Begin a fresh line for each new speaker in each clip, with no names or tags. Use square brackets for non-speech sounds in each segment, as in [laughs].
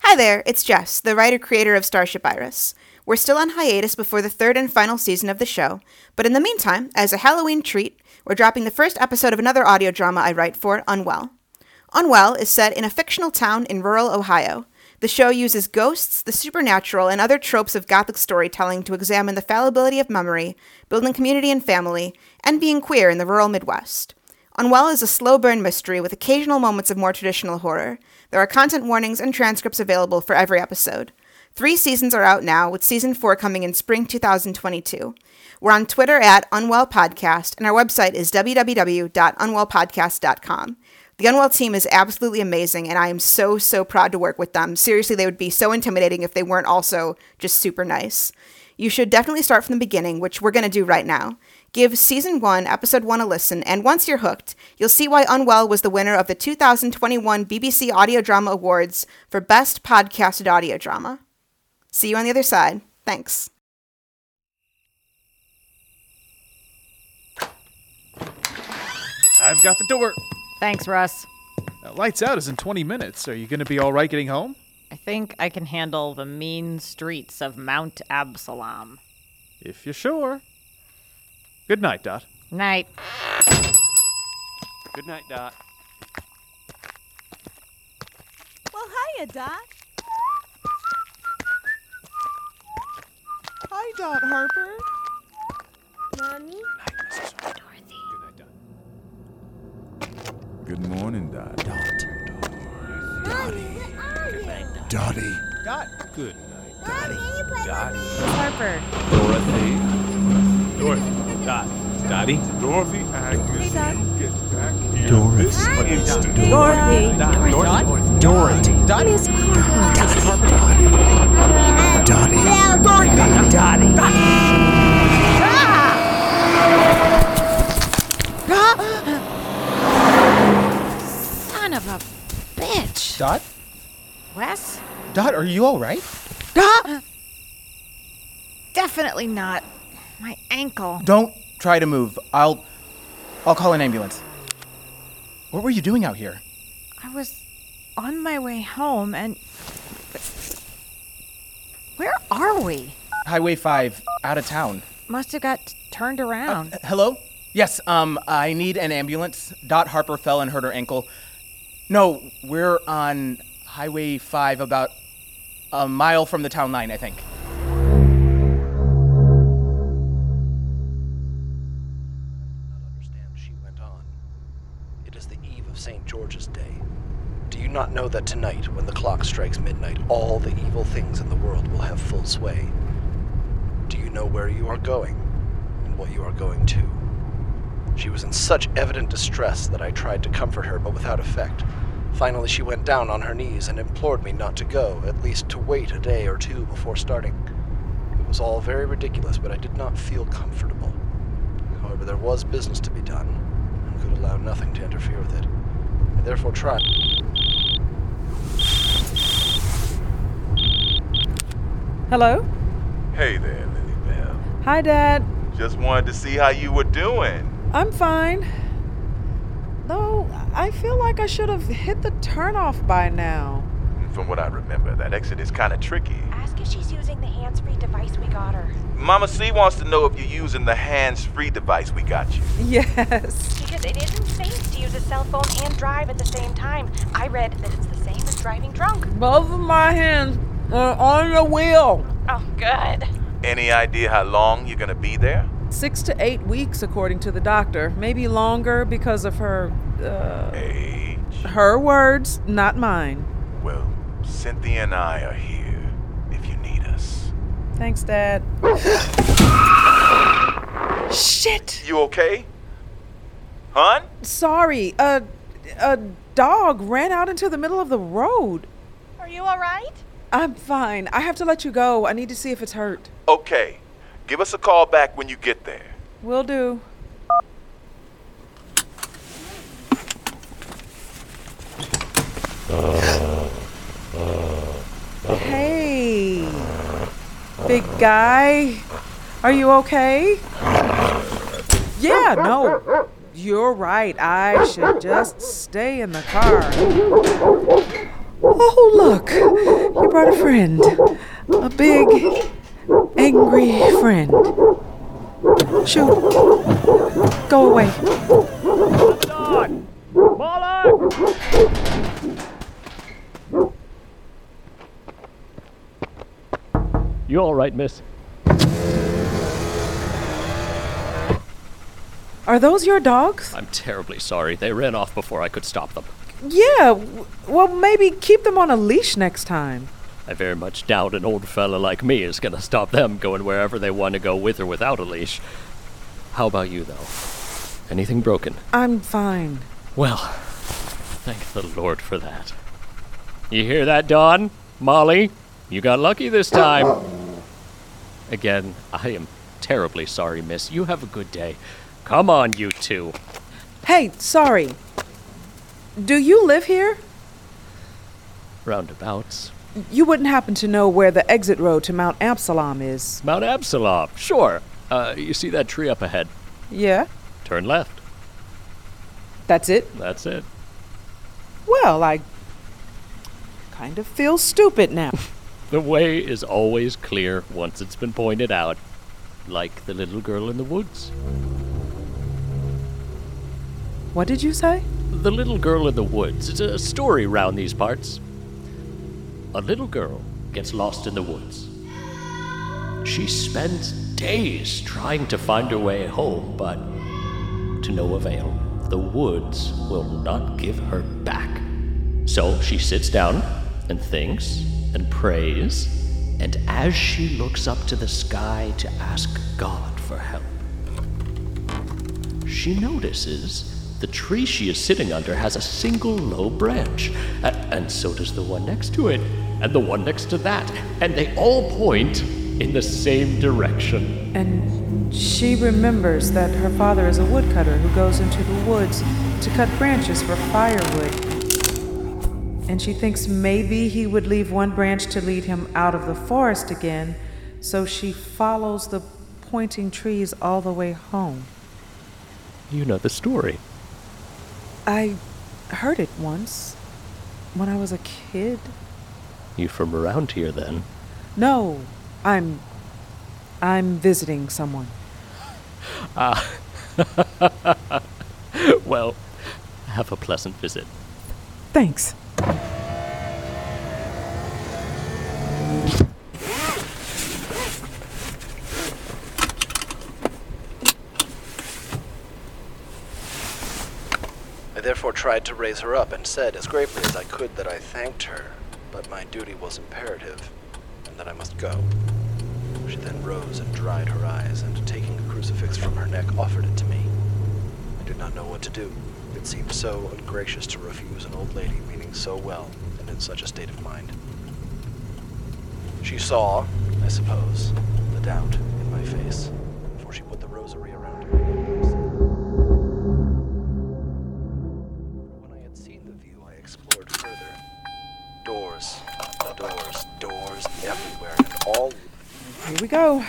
Hi there, it's Jess, the writer creator of Starship Iris. We're still on hiatus before the third and final season of the show, but in the meantime, as a Halloween treat, we're dropping the first episode of another audio drama I write for, Unwell. Unwell is set in a fictional town in rural Ohio. The show uses ghosts, the supernatural, and other tropes of Gothic storytelling to examine the fallibility of memory, building community and family, and being queer in the rural Midwest. Unwell is a slow burn mystery with occasional moments of more traditional horror. There are content warnings and transcripts available for every episode. Three seasons are out now, with season four coming in spring 2022. We're on Twitter at Unwell Podcast, and our website is www.unwellpodcast.com. The Unwell team is absolutely amazing, and I am so, so proud to work with them. Seriously, they would be so intimidating if they weren't also just super nice. You should definitely start from the beginning, which we're going to do right now. Give season 1, episode 1 a listen, and once you're hooked, you'll see why Unwell was the winner of the 2021 BBC Audio Drama Awards for Best Podcasted Audio Drama. See you on the other side. Thanks.
I've got the door.
Thanks, Russ.
Uh, lights out is in 20 minutes. Are you going to be all right getting home?
I think I can handle the mean streets of Mount Absalom.
If you're sure. Good night, Dot.
Night.
Good night, Dot.
Well, hiya, Doc.
Hi, Dot Harper.
Mommy?
Good night, Dot.
Good morning, Dot.
Mommy, where are you? Mommy,
Dottie.
Dot. Good night.
can you play with me?
Harper.
Dorothy.
Dorothy. Dot. Dottie.
Dorothy Agnes.
Hey, Dot.
Get back here.
Dorothy.
Dorothy.
Dot. Dorothy.
Dorothy.
Dot.
Dottie.
Dottie.
Son of a bitch.
Dot.
Wes?
Dot, are you all right?
Definitely not. My ankle.
Don't try to move. I'll I'll call an ambulance.
What were you doing out here?
I was on my way home and. Where are we?
Highway 5 out of town.
Must have got turned around.
Hello? Yes, um I need an ambulance. Dot Harper fell and hurt her ankle. No, we're on Highway 5 about a mile from the town line, I think.
not understand, she went on. It is the eve of St. George's Day. Do you not know that tonight, when the clock strikes midnight, all the evil things in the world will have full sway? Do you know where you are going and what you are going to? She was in such evident distress that I tried to comfort her, but without effect. Finally, she went down on her knees and implored me not to go, at least to wait a day or two before starting. It was all very ridiculous, but I did not feel comfortable. However, there was business to be done, and could allow nothing to interfere with it. I therefore tried.
Hello?
Hey there, Lily Bell.
Hi, Dad.
Just wanted to see how you were doing.
I'm fine. Though, I feel like I should have hit the turnoff by now. [laughs]
From what I remember, that exit is kind of tricky.
Ask if she's using the hands-free device we got her.
Mama C wants to know if you're using the hands-free device we got you.
Yes.
Because it isn't safe to use a cell phone and drive at the same time. I read that it's the same as driving drunk.
Both of my hands are on the wheel.
Oh, good.
Any idea how long you're gonna be there?
Six to eight weeks, according to the doctor. Maybe longer because of her. Uh,
Age.
her words, not mine.
Well, Cynthia and I are here if you need us.
Thanks, Dad. Shit!
You okay? Hun?
Sorry, a, a dog ran out into the middle of the road.
Are you all right?
I'm fine. I have to let you go. I need to see if it's hurt.
Okay. Give us a call back when you get there.
Will do. Hey, big guy. Are you okay? Yeah, no. You're right. I should just stay in the car. Oh, look, you brought a friend. A big, angry friend. Shoo. Go away.
You all right, miss?
Are those your dogs?
I'm terribly sorry. They ran off before I could stop them.
Yeah, w- well, maybe keep them on a leash next time.
I very much doubt an old fella like me is gonna stop them going wherever they want to go with or without a leash. How about you, though? Anything broken?
I'm fine.
Well, thank the Lord for that. You hear that, Don? Molly? You got lucky this time. Again, I am terribly sorry, miss. You have a good day. Come on, you two.
Hey, sorry. Do you live here?
Roundabouts.
You wouldn't happen to know where the exit road to Mount Absalom is.
Mount Absalom, sure. Uh, you see that tree up ahead?
Yeah,
Turn left.
that's it.
That's it.
Well, I kind of feel stupid now.
The way is always clear once it's been pointed out, like the little girl in the woods.
what did you say?
The Little Girl in the Woods. It's a story round these parts. A little girl gets lost in the woods. She spends days trying to find her way home, but to no avail. The woods will not give her back. So she sits down and thinks and prays, and as she looks up to the sky to ask God for help, she notices the tree she is sitting under has a single low branch, a- and so does the one next to it, and the one next to that, and they all point in the same direction.
And she remembers that her father is a woodcutter who goes into the woods to cut branches for firewood. And she thinks maybe he would leave one branch to lead him out of the forest again, so she follows the pointing trees all the way home.
You know the story.
I heard it once when I was a kid.
You from around here then?
No, I'm. I'm visiting someone.
Well, have a pleasant visit.
Thanks.
I therefore tried to raise her up and said as gravely as I could that I thanked her, but my duty was imperative, and that I must go. She then rose and dried her eyes, and taking a crucifix from her neck, offered it to me. I did not know what to do. It seemed so ungracious to refuse an old lady meaning so well and in such a state of mind. She saw, I suppose, the doubt in my face, for she put the rosary around her neck. and said, when I had seen the view, I explored further. Doors, doors, doors everywhere, and all
Here we go.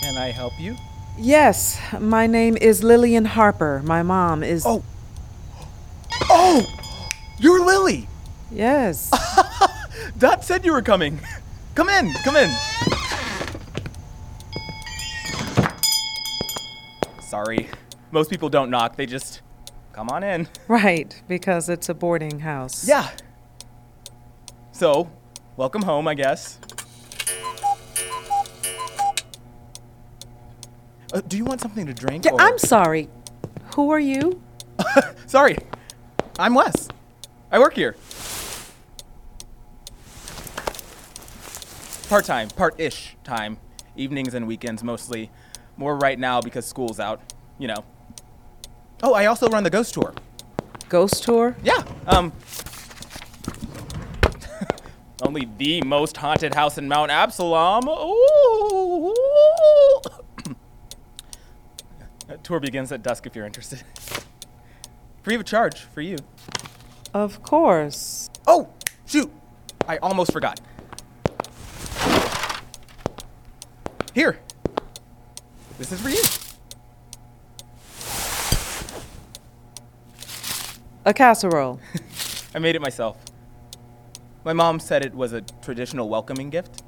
Can I help you?
Yes, my name is Lillian Harper. My mom is.
Oh. Oh! [gasps] You're Lily! [laughs]
Yes.
Dot said you were coming. Come in, come in. Sorry. Most people don't knock, they just come on in.
right, because it's a boarding house.
Yeah. So, welcome home, I guess. Uh, do you want something to drink?
Yeah,
or-
I'm sorry. Who are you?
Sorry. I'm Wes. I work here. Part time, part ish time. Evenings and weekends mostly. More right now because school's out, you know. Oh, I also run the ghost tour.
Ghost tour?
Yeah. Um. [laughs] only the most [coughs] haunted house in Mount Absalom. Ooh. Uh, tour begins at dusk if you're interested. [laughs] Free of charge for you.
Of course.
Oh, shoot! I almost forgot. Here. This is for you. [laughs]
A casserole.
I made it myself. My mom said it was a traditional welcoming gift.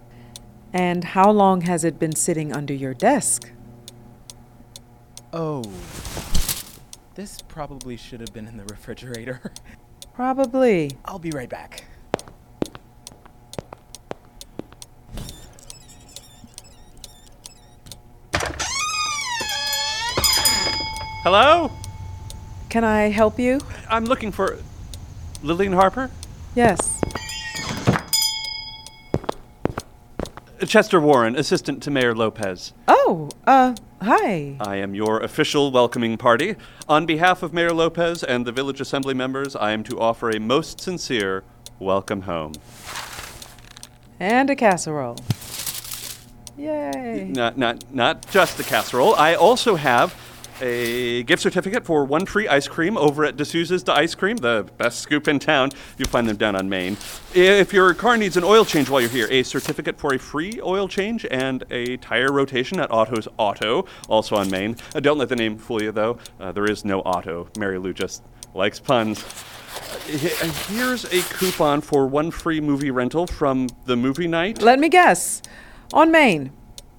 And how long has it been sitting under your desk?
Oh. This probably should have been in the refrigerator. [laughs]
Probably.
I'll be right back.
Hello?
Can I help you?
I'm looking for Lillian Harper?
Yes.
Chester Warren, assistant to Mayor Lopez.
Oh, uh, hi.
I am your official welcoming party. On behalf of Mayor Lopez and the village assembly members, I am to offer a most sincere welcome home.
And a casserole. Yay.
Not, Uh, not, not just the casserole. I also have a gift certificate for One Tree Ice Cream over at D'Souza's the Ice Cream, the best scoop in town. You'll find them down on Main. If your car needs an oil change while you're here, a certificate for a free oil change and a tire rotation at Auto's Auto, also on Main. Uh, don't let the name fool you, though. Uh, there is no Auto. Mary Lou just likes puns. Uh, he- uh, Here's a coupon for one free movie rental from the movie night.
Let me guess. On Maine.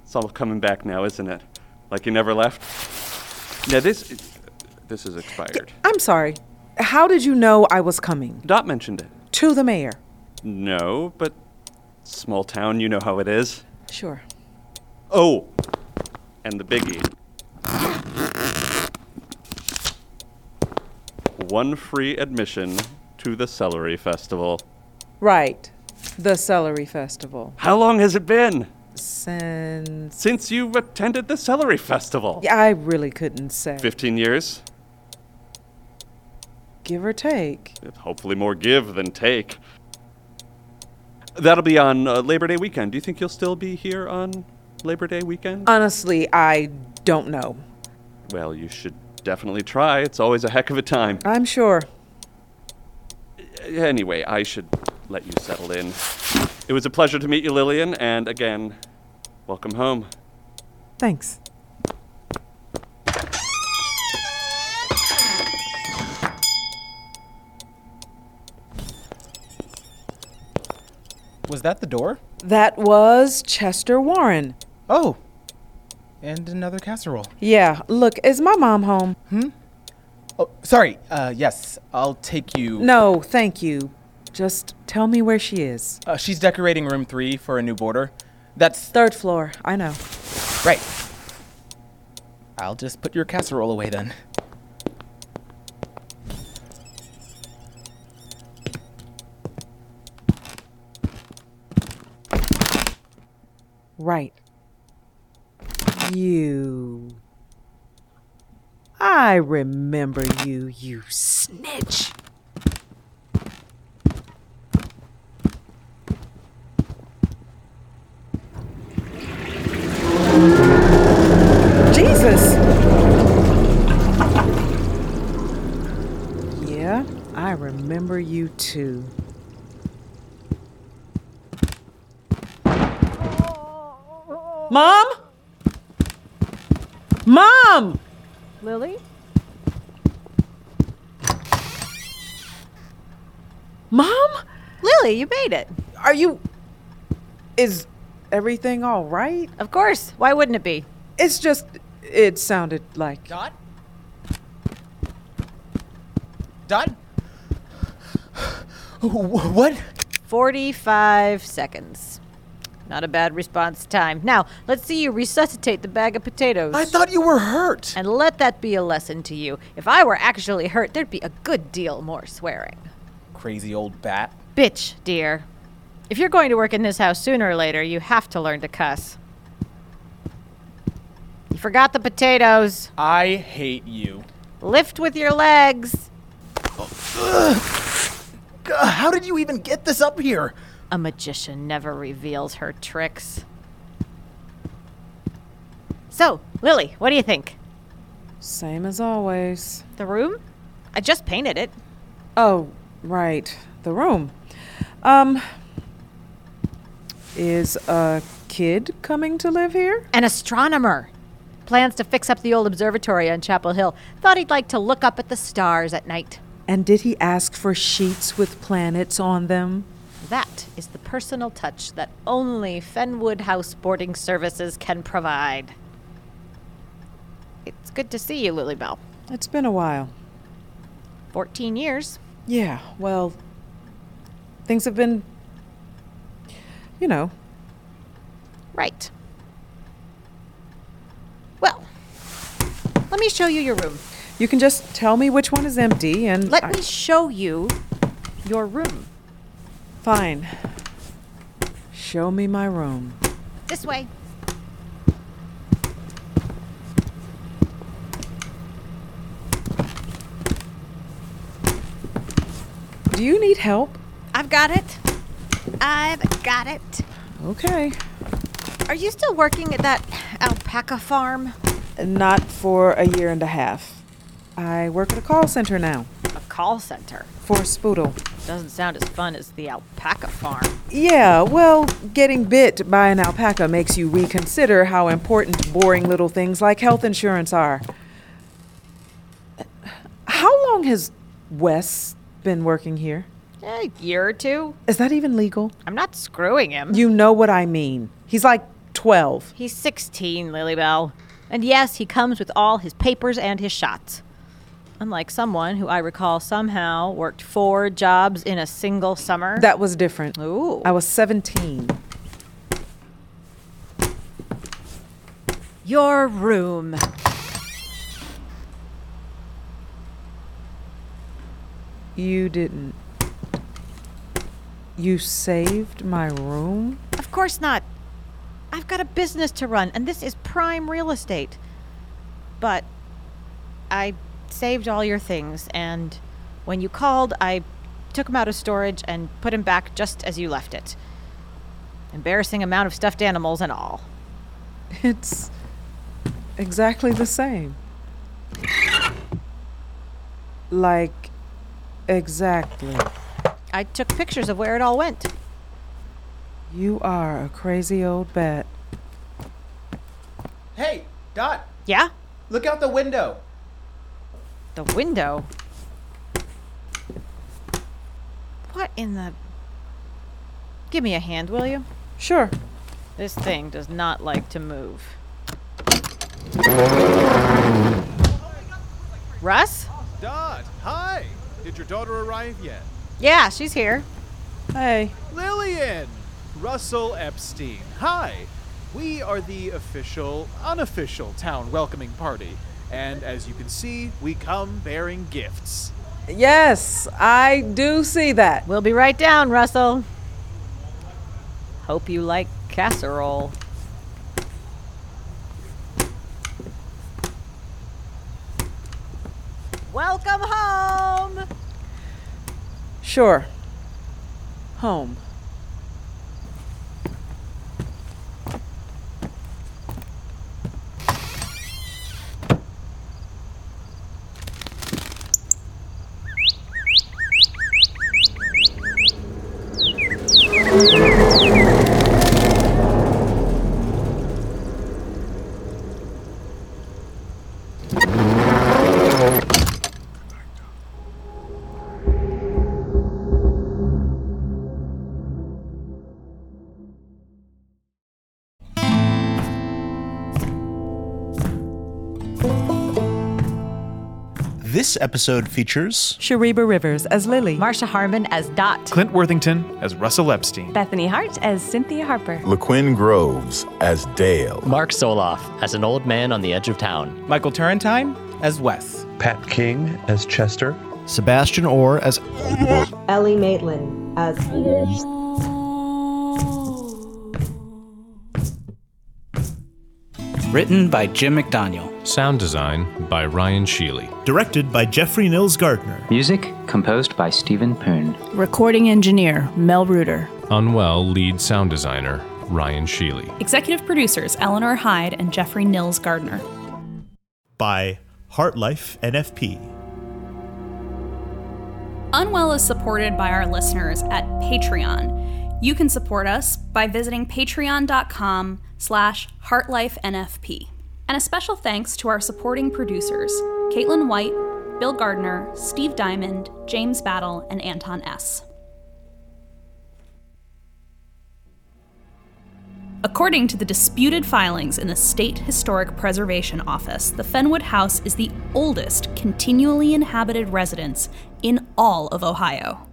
It's all coming back now, isn't it? Like you never left. Now this, this is expired.
I'm sorry. How did you know I was coming?
Dot mentioned it.
To the mayor.
No, but small town, you know how it is.
Sure.
Oh, and the biggie. One free admission to the Celery Festival.
Right. The Celery Festival.
How long has it been
Since.
since you attended the Celery Festival?
Yeah, I really couldn't say.
15 years?
Give or take.
Hopefully, more give than take. That'll be on uh, Labor Day weekend. Do you think you'll still be here on Labor Day weekend?
Honestly, I don't know.
Well, you should definitely try. It's always a heck of a time.
I'm sure.
Anyway, I should let you settle in. It was a pleasure to meet you, Lillian, and again, welcome home.
Thanks.
Was that the door?
That was Chester Warren.
Oh. And another casserole.
Yeah, look, is my mom home?
Hmm? Oh, sorry. Uh, yes, I'll take you.
No, thank you. Just tell me where she is.
Uh, she's decorating room three for a new border. That's
third floor. I know.
Right. I'll just put your casserole away then.
Right. You. I remember you, you snitch. Jesus! Yeah, I remember you too. Mom? Mom!
Lily?
Mom?
Lily, you made it.
Are you. Is everything all right?
Of course. Why wouldn't it be?
It's just. It sounded like.
Dot? Dot? Wh- What?
45 seconds. Not a bad response time. Now, let's see you resuscitate the bag of potatoes.
I thought you were hurt.
And let that be a lesson to you. If I were actually hurt, there'd be a good deal more swearing.
Crazy old bat.
Bitch, dear. If you're going to work in this house sooner or later, you have to learn to cuss. You forgot the potatoes.
I hate you.
Lift with your legs.
How did you even get this up here?
A magician never reveals her tricks. So, Lily, what do you think?
Same as always.
The room? I just painted it.
Oh, right. The room. Um, is a kid coming to live here?
An astronomer. Plans to fix up the old observatory on Chapel Hill. Thought he'd like to look up at the stars at night.
And did he ask for sheets with planets on them?
That is the personal touch that only Fenwood House Boarding Services can provide. It's good to see you, Lily Bell.
It's been a while.
14 years.
Yeah, well, things have been, you know,
Right. Well, let me show you your room.
you can just tell me which one is empty and.
Let
I-
me show you your room.
Fine. Show me my room.
This way.
Do you need help?
I've got it. I've got it.
Okay.
Are you still working at that alpaca farm?
Not for a year and a half. I work at a call center now
A call center.
for Spoodle.
Doesn't sound as fun as the alpaca farm.
Yeah, well, getting bit by an alpaca makes you reconsider how important boring little things like health insurance are. How long has Wes been working here?
A year or two?
Is that even legal?
I'm not screwing him.
You know what I mean. He's like 12.
He's 16, Lilybell. And yes, he comes with all his papers and his shots. Unlike someone who I recall somehow worked four jobs in a single summer.
That was different.
Ooh.
I was 17.
Your room.
You didn't. You saved my room?
Of course not. I've got a business to run, and this is prime real estate. But I saved all your things, and when you called, I took them out of storage and put them back just as you left it. Embarrassing amount of stuffed animals and all.
It's exactly the same. Like, exactly.
I took pictures of where it all went.
You are a crazy old bat.
Hey, Dot,
Yeah?
look out the window.
The window? What in the. Give me a hand, will you?
Sure.
This thing does not like to move. Russ?
Dot, hi. Did your daughter arrive yet?
Yeah, she's here.
Hey.
Lillian! Russell Epstein. Hi. We are the official, unofficial town welcoming party. And as you can see, we come bearing gifts.
Yes, I do see that.
We'll be right down, Russell. Hope you like casserole. Welcome home!
Sure. Home.
This episode features
Shariba Rivers as Lily.
Marsha Harmon as Dot.
Clint Worthington as Russell Epstein.
Bethany Hart as Cynthia Harper.
LaQuinn Groves as Dale. Mark Soloff as an old man on the edge of town.
Michael Turrentine as Wes.
Pat King as Chester.
Sebastian Orr as
Ellie Maitland as
Written by Jim McDaniel. Sound design by Ryan Sheely. Directed by Jeffrey Nils Gardner. Music composed by Stephen Poon.
Recording engineer Mel Reuter.
Unwell lead sound designer Ryan Sheely.
Executive producers Eleanor Hyde and Jeffrey Nils Gardner.
by
Heartlife NFP.
Unwell is supported by our listeners at Patreon. You can support us by visiting patreon.com slash heartlifenfp. And a special thanks to our supporting producers, Caitlin White, Bill Gardner, Steve Diamond, James Battle, and Anton S. According to the disputed filings in the State Historic Preservation Office, the Fenwood House is the oldest continually inhabited residence in all of Ohio.